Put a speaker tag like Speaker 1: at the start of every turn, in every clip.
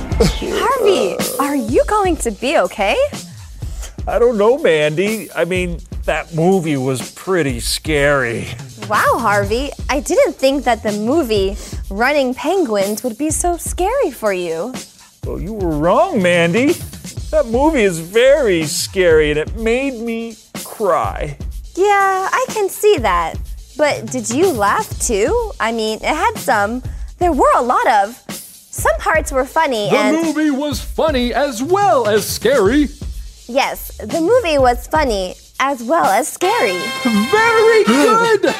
Speaker 1: Harvey, are you going to be okay?
Speaker 2: I don't know, Mandy. I mean, that movie was pretty scary.
Speaker 1: Wow, Harvey, I didn't think that the movie Running Penguins would be so scary for you.
Speaker 2: Well, Oh, you were wrong, Mandy. That movie is very scary and it made me cry.
Speaker 1: Yeah, I can see that. But did you laugh too? I mean, it had some. There were a lot of. Some parts were funny
Speaker 3: The
Speaker 1: and
Speaker 3: movie was funny as well as scary.
Speaker 1: yes, the movie was funny as well as scary.
Speaker 3: Very good!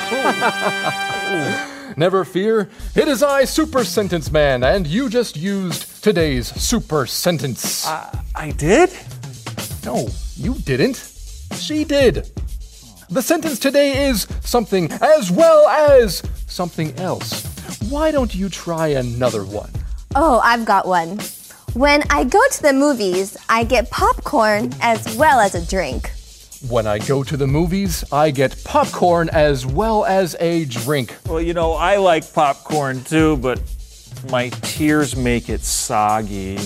Speaker 3: Never fear, it is I, Super Sentence Man, and you just used today's Super Sentence.
Speaker 2: I did?
Speaker 3: no, you didn't. She did. The sentence today is something as well as something else. Why don't you try another one?
Speaker 1: Oh, I've got one. When I go to the movies, I get popcorn as well as a drink.
Speaker 3: When I go to the movies, I get popcorn as well as a drink.
Speaker 2: Well, you know, I like popcorn too, but my tears make it soggy.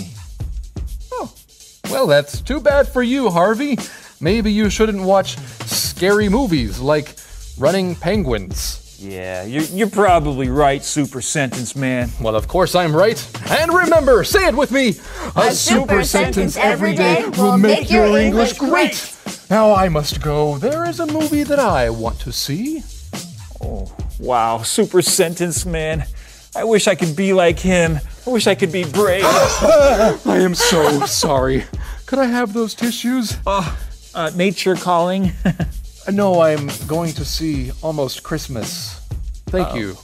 Speaker 3: Well, that's too bad for you, Harvey. Maybe you shouldn't watch scary movies like Running Penguins.
Speaker 2: Yeah, you're, you're probably right, Super Sentence Man.
Speaker 3: Well, of course I'm right. And remember, say it with me. A,
Speaker 1: super sentence every day will make your English great.
Speaker 3: Now I must go. There is a movie that I want to see.
Speaker 2: Wow, Super Sentence Man. I wish I could be like him. I wish I could be brave.
Speaker 3: I am so sorry. Could I have those tissues?
Speaker 2: Uh, nature calling.
Speaker 3: no, I'm going to see Almost Christmas. Thank you.